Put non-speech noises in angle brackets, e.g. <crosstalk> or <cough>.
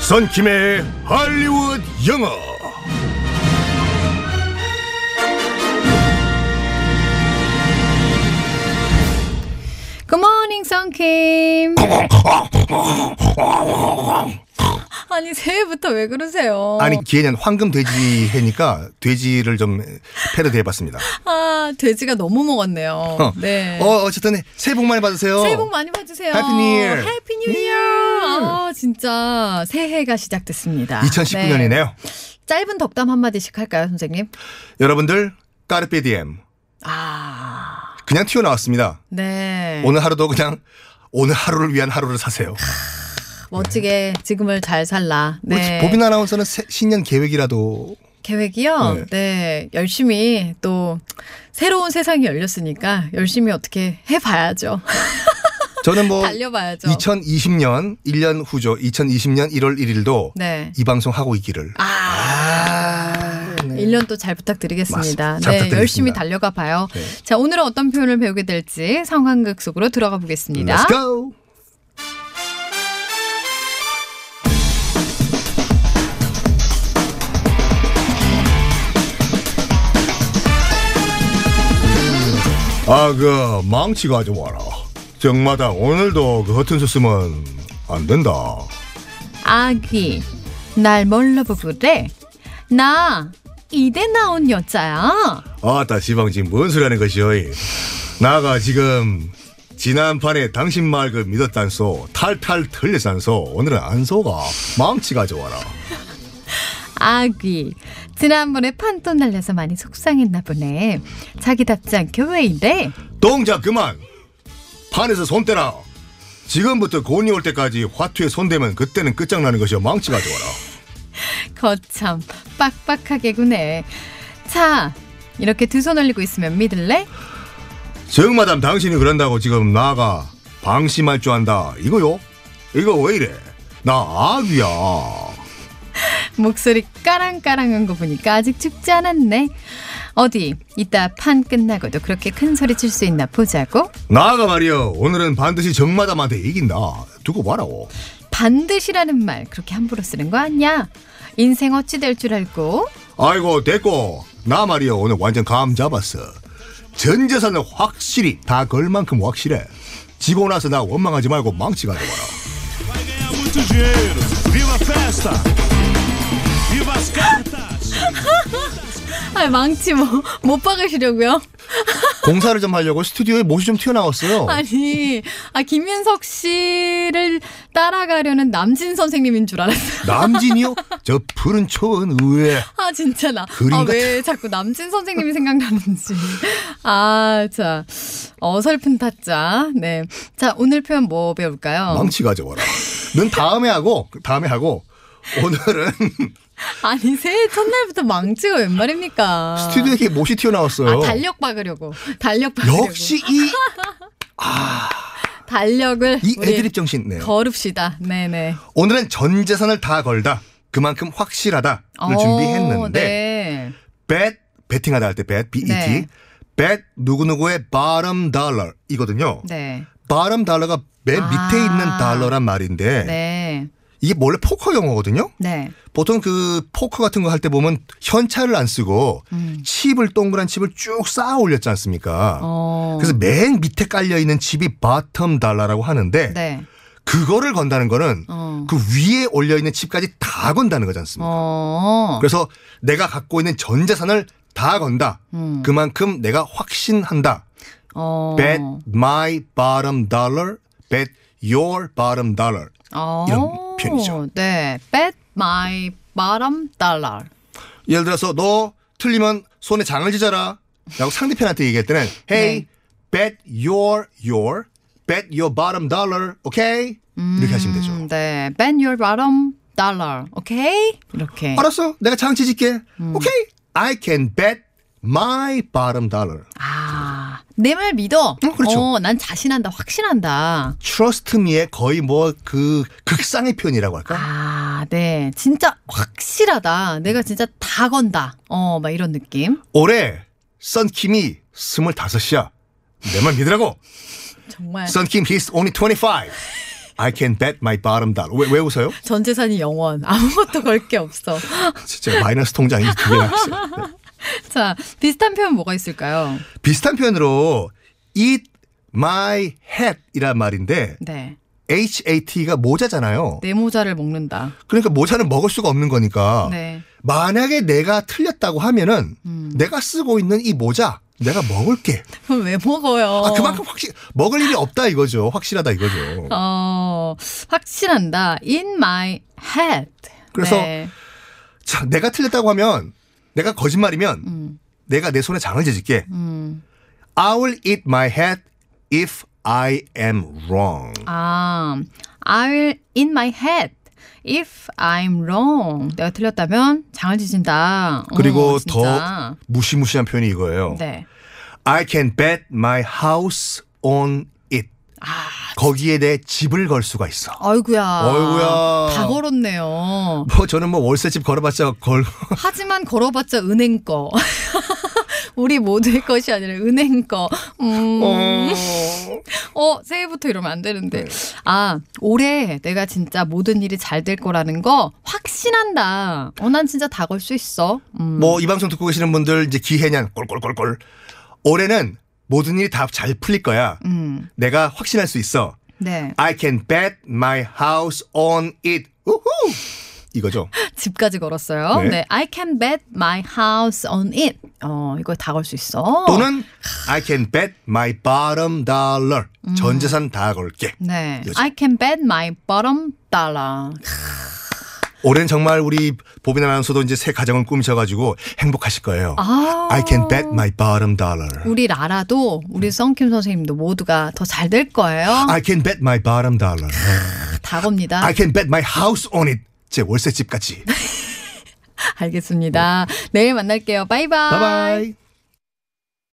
선킴의 할리우드 영어. Good morning, 썬킴. 아니 새해부터 왜 그러세요? 아니 기회년 황금 돼지 해니까 돼지를 좀 패러디해봤습니다. 아, 돼지가 너무 먹었네요. 네. 어 어쨌든 새해 복 많이 받으세요. 새해 복 많이 받으세요. Happy New Year. 해피 뉴 이어. 아, 진짜 새해가 시작됐습니다. 2019년이네요. 네. 짧은 덕담 한 마디씩 할까요, 선생님? 여러분들 까르페 디엠 아, 그냥 튀어나왔습니다. 네. 오늘 하루도 그냥 오늘 하루를 위한 하루를 사세요. 멋지게 지금을 잘 살라. 네. 우리 뭐 보빈 아나운서는 새- 신년 계획이라도 계획이요. 네. 네. 열심히 또 새로운 세상이 열렸으니까 열심히 어떻게 해봐야죠. 저는 뭐 <laughs> 달려봐야죠. 2020년 1년 후죠. 2020년 1월 1일도 네. 이 방송 하고 있기를. 아. 아, 네. 1년 또 잘 부탁드리겠습니다. 맞습니다. 잘 네, 부탁드리겠습니다. 열심히 달려가 봐요. 네. 자, 오늘은 어떤 표현을 배우게 될지 상황극 속으로 들어가 보겠습니다. Let's go. 아그 망치 가져와라. 정마다 오늘도 그 허튼 소스면 안 된다. 아기, 날 뭘로 보고 그래? 나 이대 나온 여자야. 아따 지방 지금 뭔 소리 하는 것이오 이. 나가 지금 지난판에 당신 말 그 믿었단소 탈탈 털렸단소 오늘은 안 속아 망치 가져와라 아귀 지난번에 판돈 날려서 많이 속상했나 보네 자기답지 않게 왜 이래 동작 그만 판에서 손 떼라 지금부터 고온이 올 때까지 화투에 손대면 그때는 끝장나는 것이오 망치 가져와라 거참 빡빡하게 구네 자 이렇게 두 손 올리고 있으면 믿을래? 정마담 당신이 그런다고 지금 나가 방심할 줄 안다 이거요? 이거 왜 이래 나 아귀야 목소리 까랑까랑한 거 보니까 아직 죽지 않았네 어디 이따 판 끝나고도 그렇게 큰 소리 칠 수 있나 보자고 나가 말이여 오늘은 반드시 정마담한테 이긴다 두고 봐라고 반드시라는 말 그렇게 함부로 쓰는 거 아니야 인생 어찌 될 줄 알고 아이고 됐고 나 말이여 오늘 완전 감 잡았어 전 재산을 확실히 다 걸 만큼 확실해 지고 나서 나 원망하지 말고 망치 가져와라 Vai ganhar muito dinheiro. Viva a festa! Viva as cartas! 아 망치 뭐 못 박으시려고요? 공사를 좀 하려고 스튜디오에 못이 좀 튀어나왔어요. 아니, 아 김윤석 씨를 따라가려는 남진 선생님인 줄 알았어요. 남진이요? 저 푸른 초원 의외. 아 진짜 나. 그림 같아. 아 왜 자꾸 남진 선생님이 생각나는지. 아, 자 어설픈 타짜. 네, 자 오늘 표현 뭐 배울까요? 망치 가져와라. 넌 다음에 하고 다음에 하고 오늘은 <laughs> 아니 새해 첫날부터 망치가 웬 말입니까? 스튜디오에 못이 튀어나왔어요. 아 달력 박으려고. 달력 박으려고. 역시 이, 달력을 이 우리 애드립 정신. 네. 걸읍시다. 네네. 오늘은 전 재산을 다 걸다. 그만큼 확실하다를 어, 준비했는데 네. bet 베팅하다 할 때 bet bet 네. bet 누구누구의 bottom dollar 이거든요. 네. bottom dollar가 맨 아. 밑에 있는 달러란 말인데 네. 이게 원래 포커 용어거든요. 네. 보통 그 포커 같은 거 할 때 보면 현찰을 안 쓰고 음. 칩을 동그란 칩을 쭉 쌓아 올렸지 않습니까? 어. 그래서 맨 밑에 깔려 있는 칩이 바텀 달러라고 하는데 네. 그거를 건다는 거는 어. 그 위에 올려 있는 칩까지 다 건다는 거지 않습니까? 어. 그래서 내가 갖고 있는 전 재산을 다 건다. 음. 그만큼 내가 확신한다. 어. Bet my bottom dollar, bet your bottom dollar. 어. 이런 표현이죠. 네. Bet my bottom dollar. 예를 들어서 너 틀리면 손에 장을 지져라 라고 상대편한테 얘기할 때는 네. Hey, bet your, your, bet your bottom dollar, okay? 이렇게 하시면 되죠. 음, 네. Bet your bottom dollar. 오케이? 이렇게. 알았어, 내가 장 지질게. 음. Okay, I can bet my bottom dollar. 아. 내 말 믿어. 어, 그렇죠. 어, 난 자신한다. 확신한다. Trust me의 거의 뭐 그 극상의 표현이라고 할까? 아, 네. 진짜 확실하다. 내가 진짜 다 건다. 어, 막 이런 느낌. 올해 썬킴이 25이야. 내 말 믿으라고. 정말. 네. 썬킴 he's only 25. I can bet my bottom dollar. 왜, 왜 웃어요? 전 재산이 영원. 아무것도 걸 게 없어. <laughs> 진짜 마이너스 통장이 두개 나있어요. 자, 비슷한 표현 뭐가 있을까요? 비슷한 표현으로 eat my hat 이란 말인데 네. hat가 모자잖아요. 내 모자를 먹는다. 그러니까 모자는 먹을 수가 없는 거니까 네. 음. 만약에 내가 틀렸다고 하면은 내가 쓰고 있는 이 모자 내가 먹을게. 그럼 왜 먹어요? 아 그만큼 확실 먹을 일이 없다 이거죠. 확실하다 이거죠. 어, 확실한다. In my head. 그래서 네. 자, 내가 틀렸다고 하면 내가 거짓말이면 음. 내가 내 손에 장을 재질게. 음. I will eat my hat if I am wrong. 아, I'll in my head. If I'm wrong. 내가 틀렸다면 장을 지진다. 어, 그리고 진짜. 더 어. 무시무시한 표현이 이거예요. 네. I can bet my house on it. 아, 거기에 내 집을 걸 수가 있어. 아이구야. 아이구야. 다 걸었네요. 뭐 저는 뭐 월세집 걸어봤자 걸 하지만 걸어봤자 은행 거. <laughs> 우리 모두의 것이 아니라 은행 거. 음. 어, 새해부터 이러면 안 되는데. 아, 올해 내가 진짜 모든 일이 잘 될 거라는 거 확신한다. 어, 난 진짜 다 걸 수 있어. <laughs> 음. 뭐 이 방송 듣고 계시는 분들 이제 기해년 꼴꼴꼴꼴 올해는 모든 일이 다 잘 풀릴 거야. 음. 내가 확신할 수 있어. 네. I can bet my house on it. 우후! 이거죠. <laughs> 집까지 걸었어요. 네. 네. I can bet my house on it. 어, 이거 다 걸 수 있어. 또는 I can bet my bottom dollar. 전 재산 다 걸게. 네. 이거죠. I can bet my bottom dollar. 올해는 정말 우리 보빈 아나운서도 이제 새 가정을 꾸미셔가지고 행복하실 거예요. 아. I can bet my bottom dollar. 우리 라라도 우리 썬킴 선생님도 모두가 더 잘 될 거예요. I can bet my bottom dollar. 다 겁니다. I can bet my house on it. 제 월세집까지. 알겠습니다. 내일 만날게요. 바이바이. 바이바이.